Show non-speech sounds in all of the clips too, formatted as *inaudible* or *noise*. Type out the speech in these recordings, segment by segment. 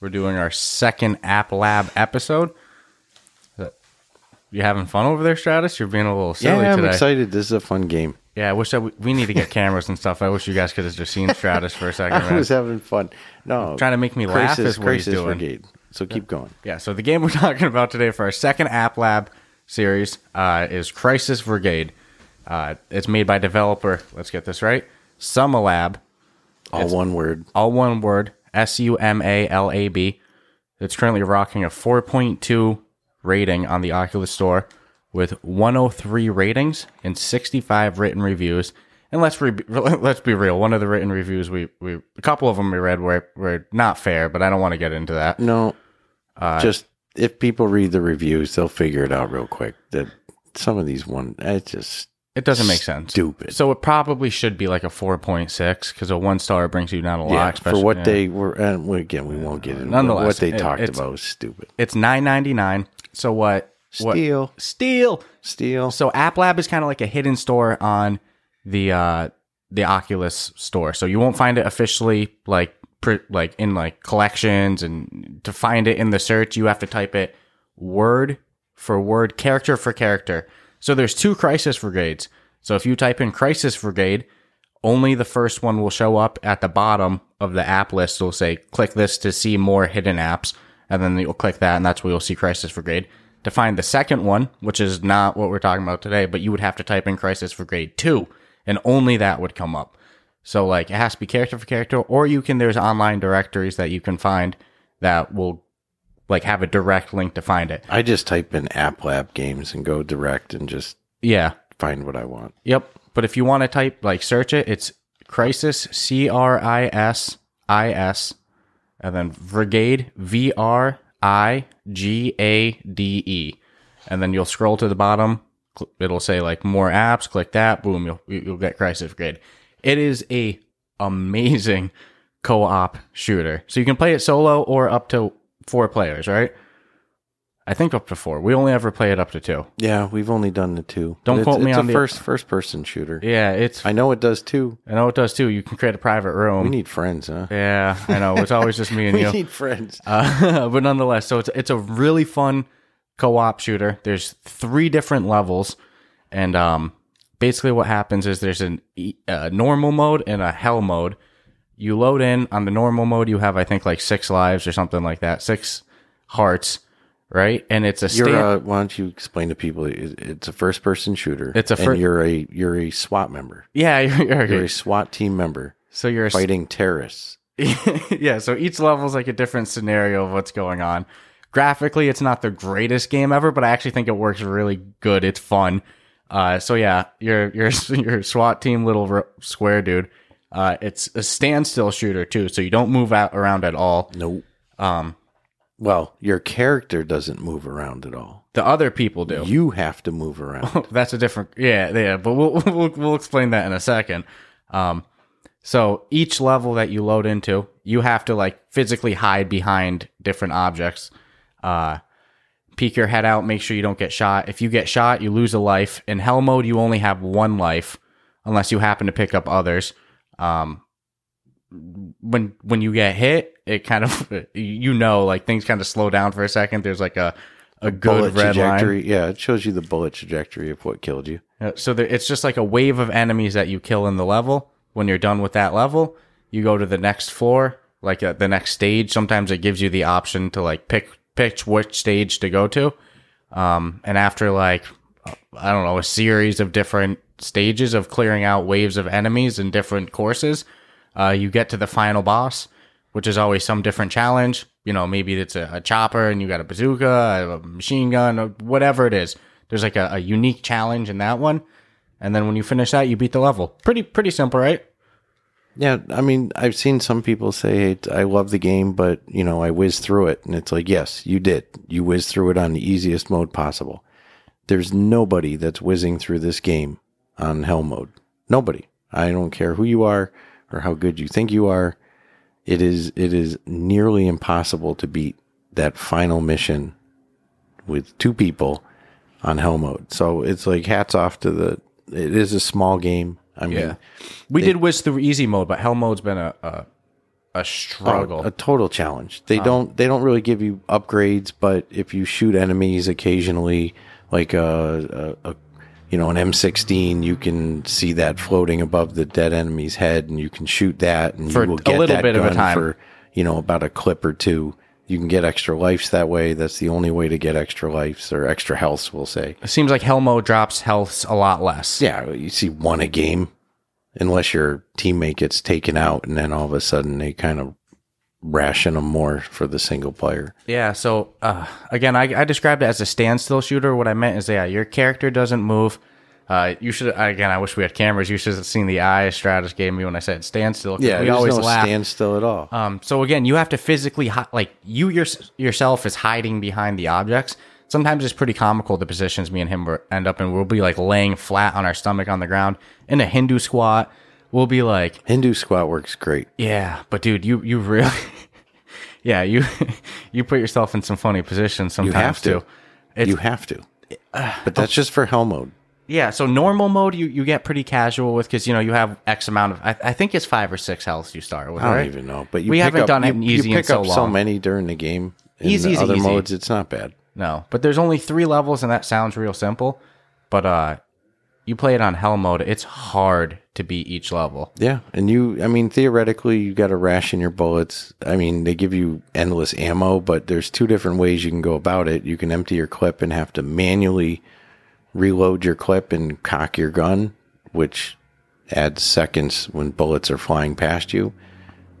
We're doing our second App Lab episode. Uh, You having fun over there, Stratus? You're being a little silly yeah, I'm today. excited. This is a fun game. Yeah, I wish that we, we need to get cameras and stuff. I wish you guys could have just seen Stratus for a second. *laughs* I man. was having fun. No, Trying to make me laugh is what he's doing. Brigade. So keep going. Yeah, so the game we're talking about today for our second App Lab series uh, is Crisis Brigade. Uh, it's made by developer, let's get this right, Summa Lab. All one word. all one word S U M A L A B. It's currently rocking a 4.2 rating on the Oculus Store with 103 ratings and 65 written reviews. And let's re- *laughs* let's be real. One of the written reviews we, we a couple of them we read were were not fair, but I don't want to get into that. No, Uh, just if people read the reviews, they'll figure it out real quick. That some of these one, it's just It doesn't make sense. Stupid. So it probably should be like a 4.6 because a one star brings you down a lot. yeah, for especially- what yeah. they were. And we- again, we won't get into Nonetheless, what they it- talked it's- about. Was stupid. it's 9.99. So what? what- Steal, Steal. steal. So App Lab is kind of like a hidden store on the uh, the Oculus store. So you won't find it officially like pr- like in like collections and to find it in the search you have to type it word for word, character for character. So there's two crisis brigades. So if you type in crisis brigade, only the first one will show up at the bottom of the app list. It'll say click this to see more hidden apps, and then you'll click that, and that's where you'll see Crisis Brigade. To find the second one, which is not what we're talking about today, but you would have to type in Crisis Brigade 2, and only that would come up. So, like, it has to be character for character, or you can, there's online directories that you can find that will, like, have a direct link to find it. I just type in App Lab games and go direct and just Yeah. find what I want. Yep. But if you want to type like search it, it's crisis C R I S I S, and then brigade V R I G A D E, and then you'll scroll to the bottom. Cl- It'll say like more apps. Click that. Boom. You'll you'll get crisis brigade. It is a amazing co-op shooter. So you can play it solo or up to four players, right? I think up to four. We only ever play it up to two. Yeah, we've only done the two. Don't It's- quote me it's on a the- first first person shooter. Yeah, it's I know it does too. I know it does too. You can create a private room. We need friends, huh? yeah, I know. It's always just me and *laughs* we you. need friends. Uh, *laughs* but nonetheless, so it's it's a really fun co-op shooter. There's three different levels, and um, basically what happens is there's an e- a normal mode and a hell mode. You load in on the normal mode. You have I think like six lives or something like that, six hearts, right? And it's a You're stand- uh why don't you explain to people? it- It's a first-person shooter. It's a fir- and you're a you're a SWAT member. yeah. *laughs* You're, you're- You're a SWAT team member so you're a s- fighting terrorists. *laughs* yeah, so each level's like a different scenario of what's going on. Graphically, it's not the greatest game ever, but I actually think it works really good. It's fun. Uh, so yeah, your *laughs* your your SWAT team little r- square dude. Uh, it's a standstill shooter too, so you don't move out around at all. Nope. Um, Well, your character doesn't move around at all. the other people do. You have to *laughs* move around. That's a different yeah yeah, but we'll *laughs* we'll, we'll explain that in a second. Um, so each level that you load into, you have to like physically hide behind different objects. Uh, peek your head out, make sure you don't get shot. If you get shot, you lose a life. In hell mode, you only have one life unless you happen to pick up others. Um, when when you get hit, it kind of *laughs* you know like things kind of slow down for a second. There's like a a good bullet red line. trajectory. Yeah, it shows you the bullet trajectory of what killed you. Uh, So there, it's just like a wave of enemies that you kill in the level. When you're done with that level, you go to the next floor, like uh, the next stage. Sometimes it gives you the option to like pick pitch which stage to go to. Um, and after like I don't know a series of different stages of clearing out waves of enemies in different courses, uh, you get to the final boss, which is always some different challenge. You know, maybe it's a, a chopper and you got a bazooka, a machine gun, or whatever it is. There's like a, a unique challenge in that one, and then when you finish that, you beat the level. Pretty pretty simple, right? Yeah, I mean, I've seen some people say, "I love the game, but you know, I whizzed through it," and it's like, "Yes, you did. You whizzed through it on the easiest mode possible." There's nobody that's whizzing through this game on hell mode. Nobody. I don't care who you are or how good you think you are. It is it is nearly impossible to beat that final mission with two people on hell mode. So it's like hats off to the. It is a small game. I mean, Yeah. We did whiz through easy mode, but hell mode's been a a, a struggle. Oh, a total challenge. They don't they don't really give you upgrades, but if you shoot enemies occasionally, like a, a, a you know an M16, you can see that floating above the dead enemy's head, and you can shoot that, and For you will a get little that bit of a gun time. for you know about a clip or two. You can get extra lives that way. That's the only way to get extra lives or extra healths, we'll say. it seems like hell mode drops healths a lot less. Yeah, you see one a game, unless your teammate gets taken out, and then all of a sudden they kind of ration them more for the single player. Yeah, so uh, again, I, I described it as a standstill shooter. What I meant is, yeah, your character doesn't move. Uh, you should again. I wish we had cameras. You should have seen the eye Stratus gave me when I said standstill. 'cause Yeah, we there's always no laugh. standstill at all. um, so again, you have to physically hi- like you your, yourself is hiding behind the objects. Sometimes it's pretty comical the positions me and him were, end up in. We'll be like laying flat on our stomach on the ground in a Hindu squat. We'll be like Hindu squat works great. yeah, but dude, you you really, *laughs* yeah, you *laughs* you put yourself in some funny positions sometimes have to. too. It's- uh, oh. you have to, but that's just for hell mode. Yeah, so normal mode you you get pretty casual with because you know you have X amount of I, I think it's five or six healths you start with. I don't right? even know. But you We pick haven't up, done you, it in easy You in pick so up so long. many during the game. In Easy, the easy, other easy. modes, it's not bad. No, but there's only three levels and that sounds real simple, but uh, you play it on hell mode, it's hard to beat each level. Yeah, and you, I mean, theoretically, you got to ration your bullets. I mean, they give you endless ammo, but there's two different ways you can go about it. You can empty your clip and have to manually reload your clip and cock your gun, which adds seconds when bullets are flying past you.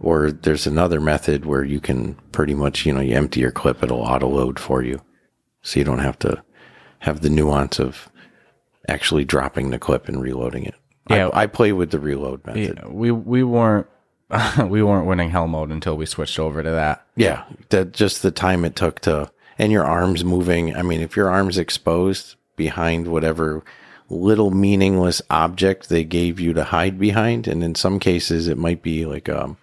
Or there's another method where you can pretty much, you know, you empty your clip, it'll auto load for you. So you don't have to have the nuance of actually dropping the clip and reloading it. Yeah. I, I play with the reload method. We we weren't *laughs* we weren't winning hell mode until we switched over to that. Yeah, that just the time it took to and your arms moving. I mean, if your arms exposed behind whatever little meaningless object they gave you to hide behind, and in some cases it might be like um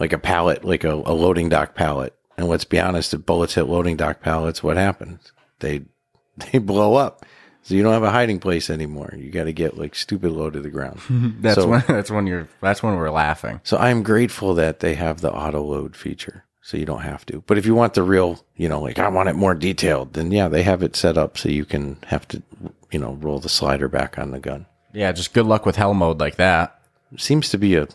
like a pallet, like a, a loading dock pallet. And let's be honest, if bullets hit loading dock pallets, what happens? They *laughs* they blow up. So you don't have a hiding place anymore. You got to get like stupid low to the ground. That's So- when *laughs* that's when you're that's when we're laughing. So I'm grateful that they have the auto load feature. So you don't have to. But if you want the real, you know, like I want it more detailed, then yeah, they have it set up so you can have to, you know, roll the slider back on the gun. Yeah, just good luck with hell mode like that. Seems to be a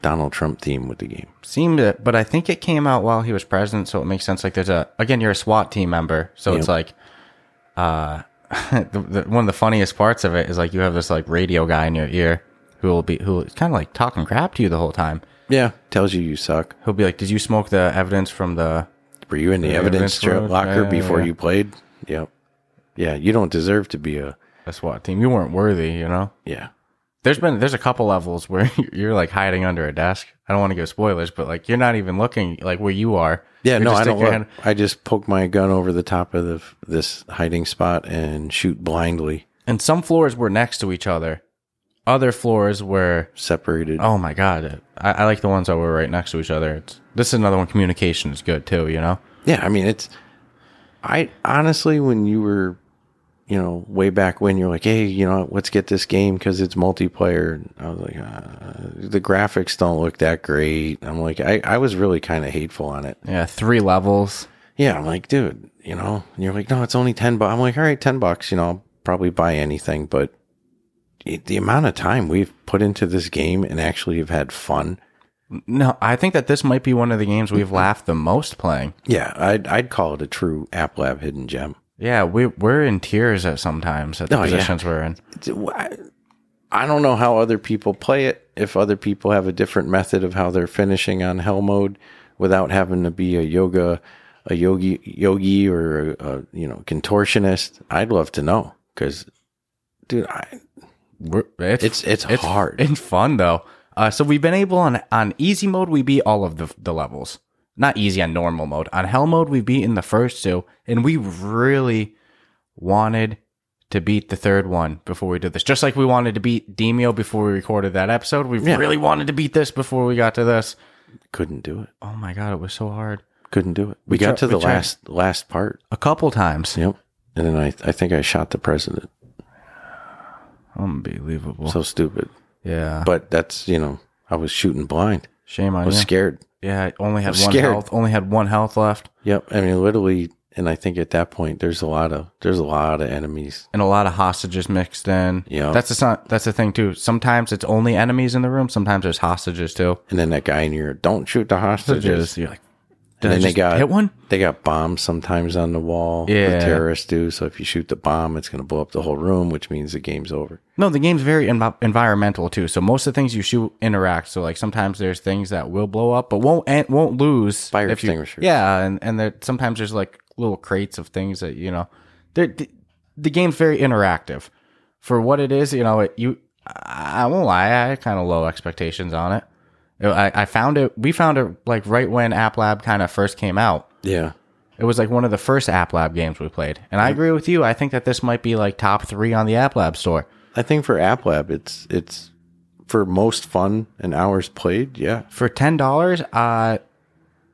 Donald Trump theme with the game. seemed it, but I think it came out while he was president, so it makes sense. Like, there's a again, you're a SWAT team member, so it's like, uh, *laughs* the, the, one of the funniest parts of it is like you have this like radio guy in your ear who will be who is kind of like talking crap to you the whole time. Yeah. Tells you you suck. He'll be like, "Did you smoke the evidence from the?" Were you in the evidence evidence tra- room? locker Yeah, before yeah. you played? Yep. Yeah. You don't deserve to be a, the SWAT team. You weren't worthy, you know. yeah. There's been there's a couple levels *laughs* where you're like hiding under a desk. I don't want to give spoilers, but like you're not even looking like where you are. Yeah, You no, just I stick don't. your Look. hand- I just poke my gun over the top of the, f- this hiding spot and shoot blindly, And some floors were next to each other. Other floors were separated. Oh my god, I, I like the ones that were right next to each other. It's, this is another one. Communication is good too, you know. Yeah, I mean it's I honestly when you were you know way back when you're like, "Hey, you know, let's get this game cuz it's multiplayer." And I was like, uh, "The graphics don't look that great." I'm like, I I was really kind of hateful on it. Yeah, three levels. Yeah, I'm like, "Dude, you know." And you're like, "No, it's only 10 bucks." I'm like, "All right, 10 bucks, you know, I'll probably buy anything, but it- the amount of time we've put into this game and actually have had fun. No, I think that this might be one of the games we've laughed the most playing. Yeah, I'd I'd call it a true App Lab hidden gem. Yeah, we we're in tears at sometimes at the Oh, yeah. positions we're in. I I don't know how other people play it. If other people have a different method of how they're finishing on hell mode without having to be a yoga, a yogi, yogi or a, a you know contortionist, I'd love to know. Because, dude, I, We're, it's, It's- it's hard. It's fun though. Uh, so we've been able on on easy mode we beat all of the the levels. Not easy on normal mode. On hell mode we beat in the first two, and we really wanted to beat the third one before we did this. Just like we wanted to beat Demio before we recorded that episode, we Yeah. really wanted to beat this before we got to this. Couldn't do it. Oh my god, it was so hard. Couldn't do it. We, We got tr- to the we tried. last last part. A couple times. Yep. And then I I think I shot the president. Unbelievable. So stupid. yeah. But that's you know I was shooting blind. Shame I on you. was scared. yeah, I only had was one scared. health. Only had one health left, Yep. I mean literally. And I think at that point there's a lot of there's a lot of enemies. and a lot of hostages mixed in. Yeah. that's the son- that's the thing too. Sometimes it's only enemies in the room. Sometimes there's hostages too. And then that guy in here, don't shoot the hostages. You're like, And I then they just got hit one. They got bombs sometimes on the wall. Yeah. The terrorists do. So if you shoot the bomb, it's going to blow up the whole room, which means the game's over. No, the game's very en- environmental too. So most of the things you shoot interact. So like sometimes there's things that will blow up, but won't and won't lose. Fire if you- extinguishers. Yeah, and and there, sometimes there's like little crates of things that you know. They're, the, the game's very interactive for what it is. You know, it you. I I won't lie. I had kind of low expectations on it. I, I found it. We found it like right when App Lab kind of first came out. Yeah. It was like one of the first App Lab games we played, and I agree with you. I think that this might be like top three on the App Lab store. I think for App Lab, it's, it's for most fun and hours played. Yeah. for ten dollars. Uh,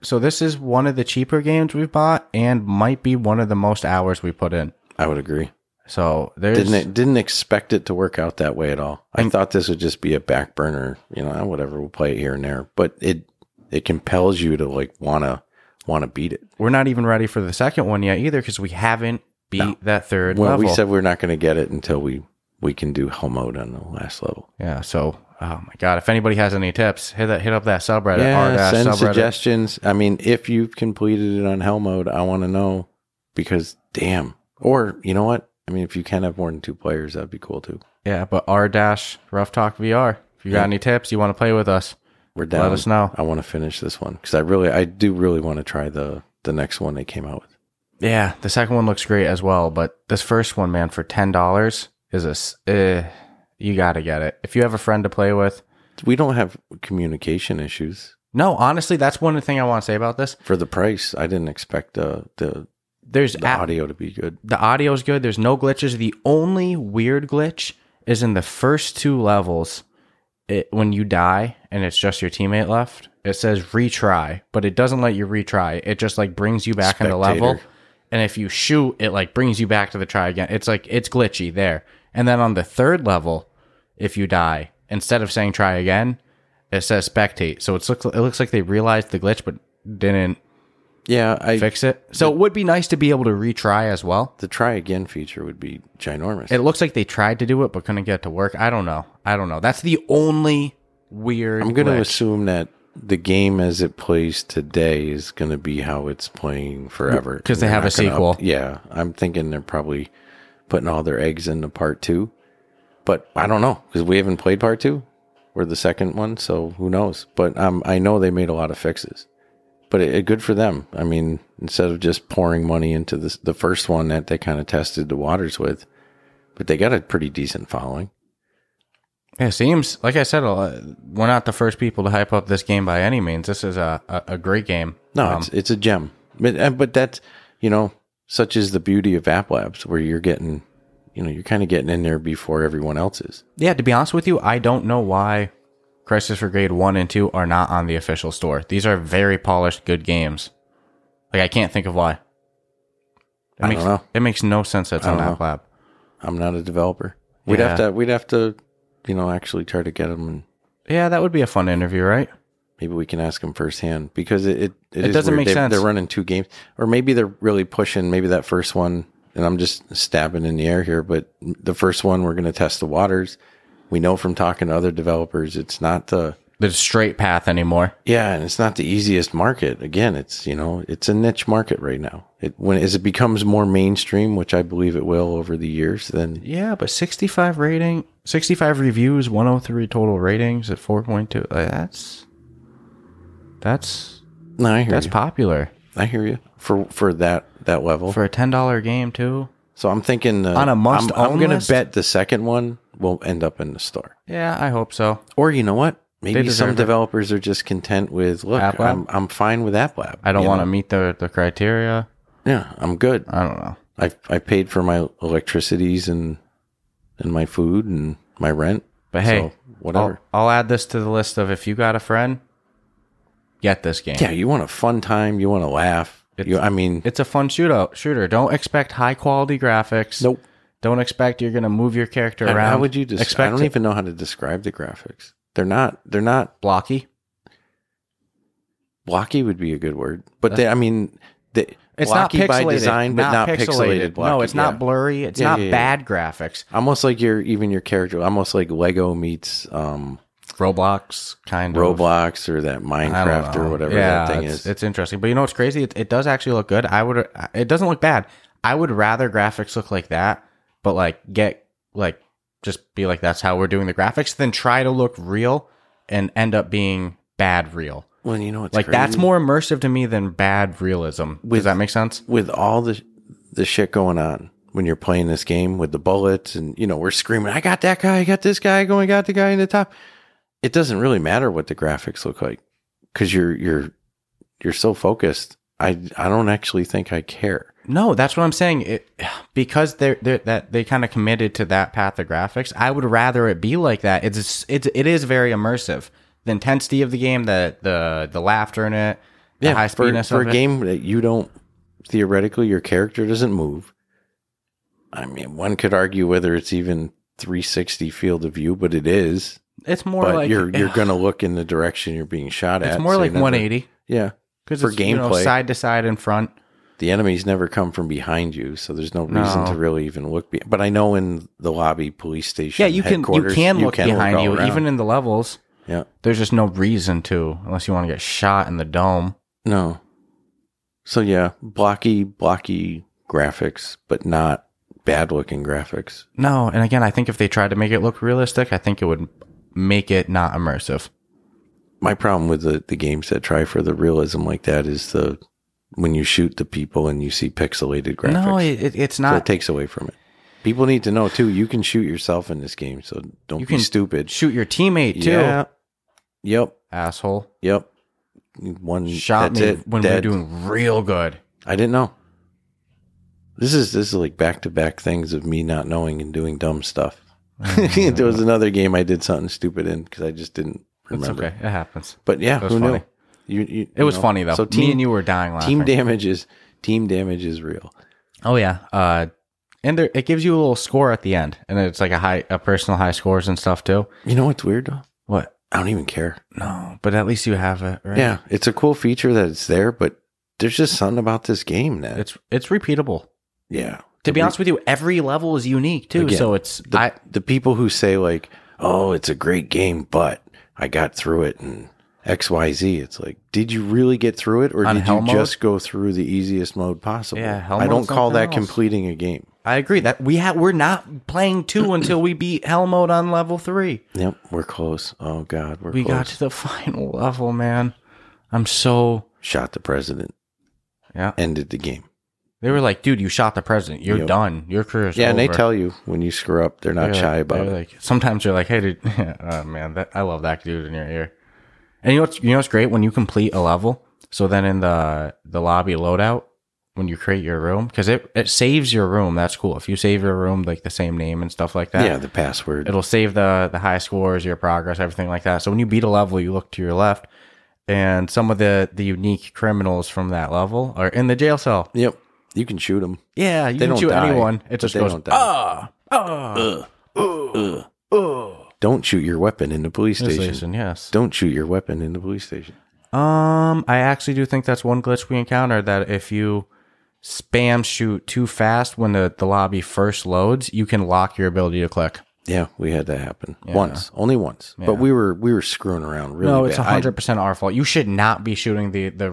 so this is one of the cheaper games we've bought, and might be one of the most hours we put in. I would agree. So there's Didn't it, didn't expect it to work out that way at all. I thought this would just be a back burner, you know, ah, whatever. We'll play it here and there, but it, it compels you to like want to, want to beat it. we're not even ready for the second one yet either because we haven't beat that third Well, level. we said we're not going to get it until we, we can do hell mode on the last level. yeah. So oh my god, if anybody has any tips, hit that hit up that subreddit. r dash send subreddit. suggestions. I mean, if you've completed it on hell mode, I want to know because damn. Or you know what? I mean, if you can have more than two players, that'd be cool too. Yeah, but r dash rough talk VR. If you got Yeah. any tips, you want to play with us, We're down. let us know. I want to finish this one because I really, I do really want to try the the next one they came out with. Yeah, the second one looks great as well, but this first one, man, for ten dollars is a s- eh, you got to get it if you have a friend to play with. We don't have communication issues No, honestly, that's one thing I want to say about this. for the price. I didn't expect the the, There's the app- audio to be good. the audio's good. There's no glitches. The only weird glitch is in the first two levels. It, when you die and it's just your teammate left, it says retry, but it doesn't let you retry. It just like brings you back in the level. Spectator. And if you shoot, it like brings you back to the try again. It's like it's glitchy there. And then on the third level, if you die, instead of saying try again, it says spectate. So it's looks it looks like they realized the glitch but didn't Yeah, I fix it. So it would be nice to be able to retry as well. the try again feature would be ginormous. It looks like they tried to do it but couldn't get it to work. I don't know. I don't know. That's the only weird. I'm going to glitch. assume that the game as it plays today is going to be how it's playing forever 'Cause they They're have a not gonna sequel. yeah, I'm thinking they're probably putting all their eggs into part two, but I don't know because we haven't played part two. We're the second one, so who knows? But um, I know they made a lot of fixes, but it, it- good for them. I mean, instead of just pouring money into this, the first one that they kind of tested the waters with, but they got a pretty decent following. It seems like I said, a lot- we're not the first people to hype up this game by any means. This is a a, a great game. No, it's, it's a gem. But uh, but that's you know, such is the beauty of App Labs, where you're getting, you know, you're kind of getting in there before everyone else is. Yeah, to be honest with you, I don't know why Crisis Brigade one and two are not on the official store. These are very polished, good games. Like I can't think of why. It I makes, don't know. It makes no sense. That's on don't App Lab. I'm not a developer. We'd have Yeah. to we'd have to, you know, actually try to get them, and Yeah, that would be a fun interview, right? maybe we can ask them firsthand because it it, It is doesn't weird. make They- sense. They're running two games, or maybe they're really pushing. Maybe that first one, and I'm just stabbing in the air here, but the first one we're going to test the waters. We know from talking to other developers, it's not uh, the The straight path anymore. Yeah, and it's not the easiest market. Again, it's you know it's a niche market right now. It when as it becomes more mainstream, which I believe it will over the years, then Yeah, but 65 rating, 65 reviews, 103 total ratings at 4.2. Uh, That's that's no, I hear that's you. popular I hear you for for that that level. for a $10 game too. so I'm thinking uh, On a must I'm, I'm own gonna list? bet the second one will end up in the store. Yeah, I hope so. Or you know what? Maybe deserve some it. developers are just content with look. App Lab? I'm I'm fine with App Lab. I don't you want to know? meet the, the criteria. Yeah, I'm good. I don't know. I I paid for my electricities and and my food and my rent. But hey, whatever. I'll, I'll add this to the list of if you got a friend, get this game. yeah, you want a fun time. You want to laugh. You, I mean, It's a fun shootout shooter. Don't expect high quality graphics. nope. Don't expect you're gonna move your character And around. How would you describe? expect I don't it. even know how to describe the graphics. They're not. They're not blocky? blocky. Would be a good word, but they, I mean, they, It's blocky not pixelated, by design, but not, pixelated. no, blocky, it's not yeah. blurry. It's Yeah, not yeah, yeah. bad graphics. Almost like your even your character. Almost like Lego meets um, Roblox kind of Roblox or that I don't Minecraft know. or whatever Yeah, that thing it's, is. It's interesting, but you know what's crazy? It, it does actually look good. I would. It doesn't look bad. I would rather graphics look like that, but like get like just be like that's how we're doing the graphics, than try to look real and end up being bad real. well, you know, what's like that's crazy? more immersive to me than bad realism. Does With- that make sense? with all the the shit going on when you're playing this game with the bullets and you know we're screaming i got that guy i got this guy going got the guy in the top it doesn't really matter what the graphics look like because you're you're you're so focused i i don't actually think i care No, that's what I'm saying. It, because they're, they're that they kind of committed to that path of graphics. I would rather it be like that. It's it's it is very immersive. The intensity of the game, the the the laughter in it, the high for, speedness for of a it. game that you don't theoretically your character doesn't move i mean one could argue whether it's even 360 field of view but it is It's more but like *laughs* you're you're gonna look in the direction you're being shot at It's more so like you're never- 180 yeah because for it's you know, gameplay. side to side in front. the enemies never come from behind you, so there's no reason No. to really even look. Be- but I know in the lobby, police station, Yeah, you can you headquarters, can look behind all you around. even in the levels. yeah, There's just no reason to unless you want to get shot in the dome. no. So yeah, blocky, blocky graphics, but not bad looking graphics. No, and again, I think if they tried to make it look realistic, I think it would make it not immersive. My problem with the the games that try for the realism like that is the when you shoot the people and you see pixelated graphics. No, it, it, it's so it not. takes away from it. People need to know too. You can shoot yourself in this game, so don't You be can stupid. Shoot your teammate too, Yeah. Yep. asshole. Yep. One Shot that's me it, when we dead. were doing real good. I didn't know. This is this is like back to back things of me not knowing and doing dumb stuff. *laughs* there was another game I did something stupid in because I just didn't It's remember. okay. It happens. But yeah, was who funny. knew? You, you, It was funny though. So So team me and you were dying laughing. team damage is team damage is real. oh yeah. Uh, and there, it gives you a little score at the end, and it's like a high, a personal high scores and stuff too. You know what's weird though? What? I don't even care. No, but at least you have it. Right? Yeah, it's a cool feature that it's there, but there's just something about this game that It's it's repeatable. yeah. To be re- honest with you, every level is unique too. Again, so it's the, I, the people who say like, "Oh, it's a great game, but I got through it and X, Y, Z." It's like, did you really get through it, or On did hell you mode? just go through the easiest mode possible? Yeah, hell I don't mode's call something that else. completing a game. I agree that we ha- we're not playing two until we beat hell mode on level three. Yep, we're close. Oh God, we're We close. got to the *laughs* final level, man. I'm so Shot the president. yeah. Ended the game. They were like, "Dude, you shot the president. You're Yep. done. Your career's Yeah, and they over." tell you when you screw up, they're not They're like- shy about they're it. Like sometimes you're like, "Hey, dude, *laughs* oh man, that, I love that dude in your ear." And you know what's you know what's great when you complete a level. So then in the the lobby loadout, when you create your room, because it it saves your room. That's cool. If you save your room like the same name and stuff like that, yeah, the password. it'll save the the high scores, your progress, everything like that. So when you beat a level, you look to your left, and some of the the unique criminals from that level are in the jail cell. Yep, you can shoot them. Yeah, you They can don't shoot die, anyone. It but just they goes don't die. ah ah Don't shoot your weapon in the police station. station. Yes. Don't shoot your weapon in the police station. Um, I actually do think that's one glitch we encountered. That if you spam shoot too fast when the the lobby first loads, you can lock your ability to click. Yeah, we had that happen once, only once. But we were we were screwing around really. No, it's bad. I- hundred percent our fault. You should not be shooting the the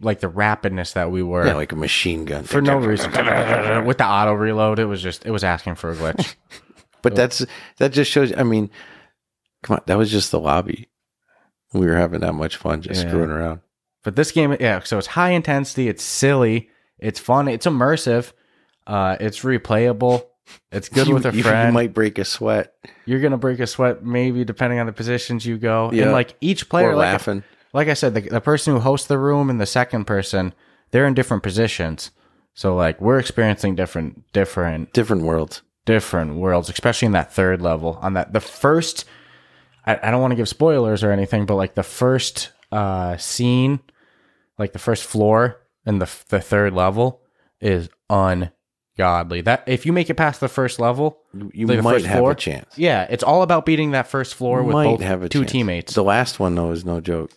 like the rapidness that we were yeah, like a machine gun for no reason *laughs* with the auto reload. It was just it was asking for a *laughs* glitch. But that's that just shows. I mean, come on, that was just the lobby. We were having that much fun just Yeah. screwing around. But this game, yeah, so it's high intensity, it's silly, it's fun, it's immersive, uh, it's replayable. It's good You- with a you- friend. You might break a sweat You're gonna break a sweat, maybe depending on the positions you go. Yeah. And like each player, or like, laughing. like I said, the, the person who hosts the room and the second person, they're in different positions. So like we're experiencing different, different Different worlds. different worlds, especially in that third level. On that, the first, I, I don't want to give spoilers or anything, but like the first uh, scene, like the first floor and the f- the third level is ungodly. That if you make it past the first level, You- You Like the might first have floor? a chance. yeah, it's all about beating that first floor with might both have a two chance. teammates. The last one though is no joke.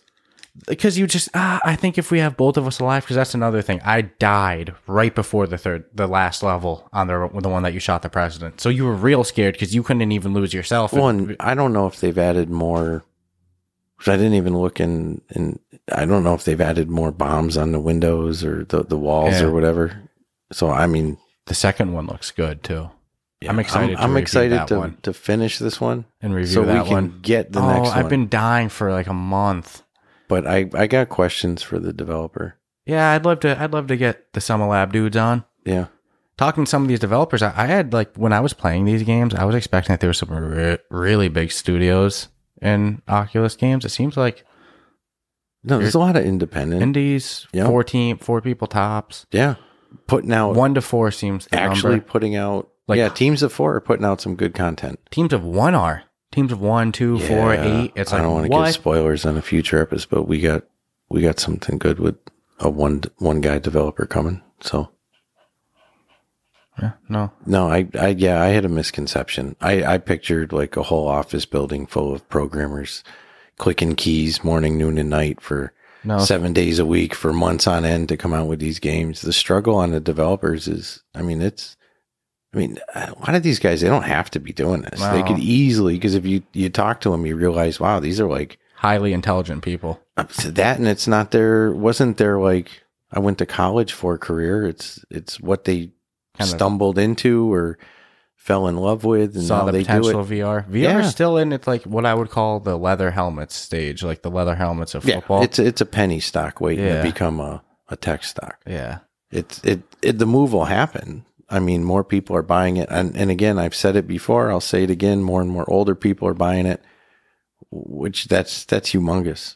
Because you just, ah, I think if we have both of us alive, because that's another thing. I died right before the third, the last level on the the one that you shot the president. So you were real scared because you couldn't even lose yourself. and- One, I don't know if they've added more. 'cause I didn't even look in, and I don't know if they've added more bombs on the windows or the, the walls Yeah. or whatever. So I mean, The second one looks good too. I'm excited. to I'm, review excited that to one to finish this one and review so we that can one. get the oh, next one. I've been dying for like a month. but I I got questions for the developer. Yeah, I'd love to. I'd love to get the Summer Lab dudes on. Yeah, Talking to some of these developers, I, I had like when I was playing these games, I was expecting that there were some re- really big studios in Oculus games. It seems like no, there's a lot of independent. indies, Yeah. four team, four people tops, yeah, putting out one to four seems the actually number. putting out Like- yeah teams of four are putting out some good content. Teams of one are teams of one, two, four, eight. Yeah, It's I like don't what? want to give spoilers on a future episode, but we got we got something good with a one one guy developer coming. So yeah, no, no, I, I yeah, I had a misconception. I I pictured like a whole office building full of programmers clicking keys morning, noon, and night for no, seven days a week for months on end to come out with these games. The struggle on the developers is, I mean, it's, I mean, a lot of these guys they don't have to be doing this. They Wow. could easily because if you you talk to them, you realize, wow, these are like highly intelligent people. up to Um, that, and it's not their wasn't their like I went to college for a career. It's it's what they Kind of- stumbled into or fell in love with, and saw now the they do potential it. of VR. VR Yeah. is still in it's like what I would call the leather helmets stage, like the leather helmets of Yeah, football. it's it's a penny stock waiting Yeah. to become a a tech stock. yeah. it's it, it the move will happen i mean more people are buying it and, and again i've said it before i'll say it again more and more older people are buying it which that's that's humongous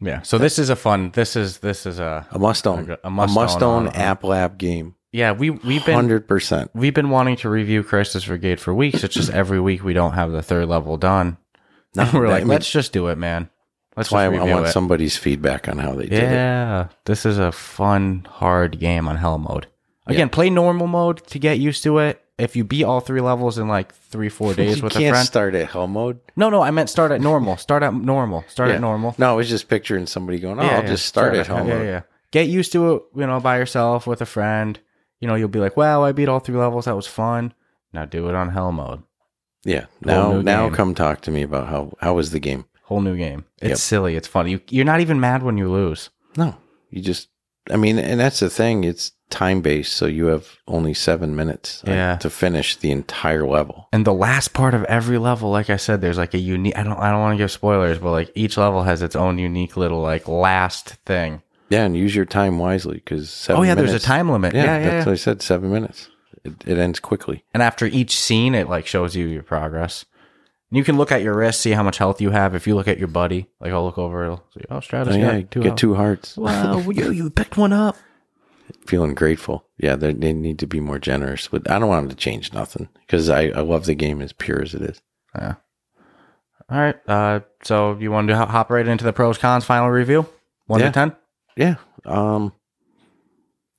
Yeah. So this is a fun this is this is a a must own A a must must, own own, on- app lab game yeah, we we've been 100% we've been wanting to review Crisis Brigade for weeks. It's just every week we don't have the third level done. No, *laughs* We're I like, mean, let's just do it, man. Let's that's why i, just I review want it. somebody's feedback on how they did it Yeah. This is a fun, hard game on hell mode. Again, play normal mode to get used to it. If you beat all three levels in like three, four days *laughs* you with a can't friend. start at hell mode no, no, I meant start at normal. Start at normal. Start Yeah. at normal. no i was just picturing somebody going oh Yeah, i'll yeah. just start at it. hell Yeah, mode yeah. Get used to it, you know, by yourself with a friend. You know, you'll be like, "Wow, I beat all three levels. That was fun." Now do it on hell mode. yeah Whole now new now game. come talk to me about how how was the game Whole new game. It's Yep. silly. It's funny. You, you're not even mad when you lose. No, you just. I mean, and that's the thing. It's time based, so you have only seven minutes uh, Yeah. to finish the entire level. And the last part of every level, like I said, there's like a unique. I don't. I don't want to give spoilers, but like each level has its own unique little like last thing. Yeah, and use your time wisely because seven. oh yeah, there's a minutes- time limit. Yeah, Yeah, yeah. that's yeah. what I said. Seven minutes. It, it ends quickly. and after each scene, it like shows you your progress. And You can look at your wrist, see how much health you have. If you look at your buddy, like I'll look over, it'll see, oh, Stratus, Oh, got yeah, two get health. two *laughs* hearts. Wow, you, you picked one up. Feeling grateful. Yeah, they, they need to be more generous. But I don't want them to change nothing because I, I love the game as pure as it is. All right. Uh, so you want to ho- hop right into the pros cons final review? One Yeah. to ten. Yeah. Um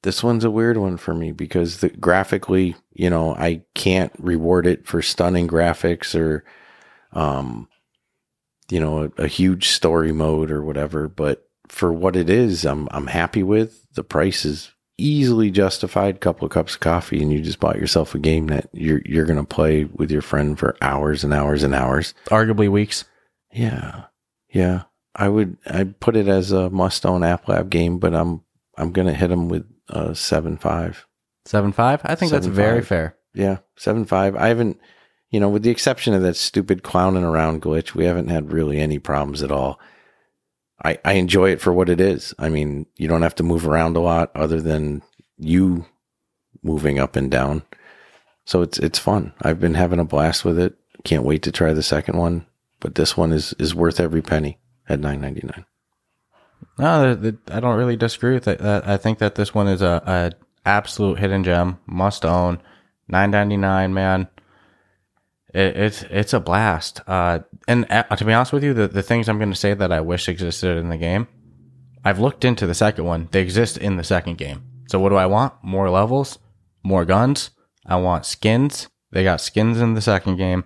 this one's a weird one for me because the graphically, you know, I can't reward it for stunning graphics or um you know, a, a huge story mode or whatever, but for what it is, I'm I'm happy with. The price is easily justified. Couple of cups of coffee and you just bought yourself a game that you're you're going to play with your friend for hours and hours and hours. Arguably weeks. Yeah. Yeah. I would I put it as a must own app lab game, but I'm I'm gonna hit them with uh seven five. Seven five. I think that's Seven, very five. fair. Yeah, seven five. I haven't you know, with the exception of that stupid clowning around glitch, we haven't had really any problems at all. I, I enjoy it for what it is. I mean, you don't have to move around a lot other than you moving up and down. So it's it's fun. I've been having a blast with it. Can't wait to try the second one. But this one is is worth every penny at nine ninety nine. No, th- th- I don't really disagree with that. Uh, I think that this one is a, a absolute hidden gem, must own. Nine ninety nine, man. It, it's it's a blast. Uh, and uh, to be honest with you, the, the things I'm going to say that I wish existed in the game, I've looked into the second one. They exist in the second game. So what do I want? More levels, more guns. I want skins. They got skins in the second game.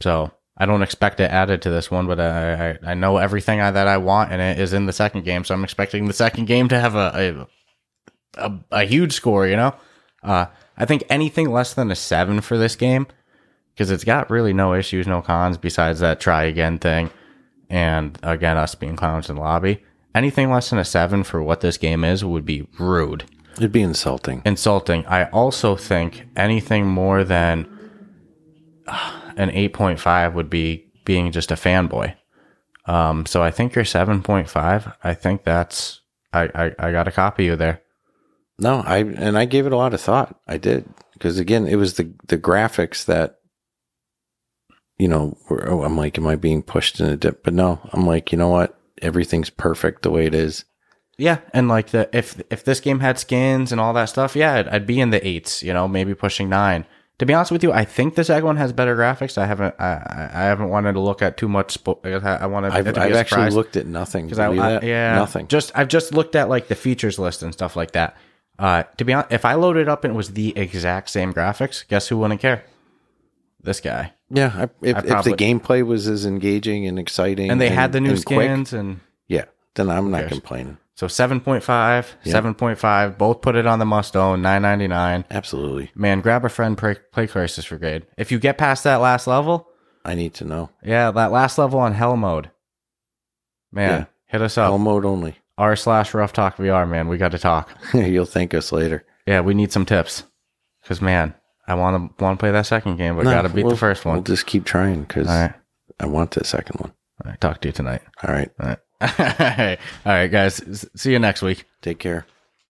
So I don't expect it added to this one, but I I, I know everything I, that I want, and it is in the second game. So I'm expecting the second game to have a a, a, a huge score. You know, uh, I think anything less than a seven for this game because it's got really no issues, no cons besides that try again thing, and again us being clowns in the lobby. Anything less than a seven for what this game is would be rude It'd be insulting. insulting. I also think anything more than uh, an 8.5 would be being just a fanboy. Um, so I think you're 7.5. I think that's, I, I, I got to copy you there. No, I and I gave it a lot of thought. I did because again, it was the the graphics that you know. were- oh, I'm like, am I being pushed in a dip? But no, I'm like, you know what? Everything's perfect the way it is. Yeah. And like the, if, if this game had skins and all that stuff, yeah, I'd, I'd be in the eights, you know, maybe pushing nine. To be honest with you, I think the second one has better graphics. I haven't, I, I I haven't wanted to look at too much. Spo- I wanted, I've, it to be I've a actually surprise. looked at nothing. because I, Believe I- that? yeah nothing. Just I've just looked at like the features list and stuff like that. Uh, to be honest, if I loaded up and it was the exact same graphics, guess who wouldn't care? This guy. yeah, I, if, I if the probably- gameplay was as engaging and exciting, And they had the new quick, skins, and yeah, then I'm not cares? complaining. so 7.5, 7.5, both put it on the must own, 9.99. Absolutely, Man, grab a friend, play, play Crisis Brigade. If you get past that last level, I need to know. yeah, that last level on Hell mode, man, Yeah. hit us All up. mode only. *laughs* R slash Rough Talk VR, man, we got to talk. You'll thank us later. Yeah, we need some tips. Cause man, I want to want to play that second game, but No, gotta beat we'll- the first one. We'll just keep trying because All right, I want the second one. all right. Talk to you tonight. All right, *laughs* All right, all right, guys. S- See you next week. take care.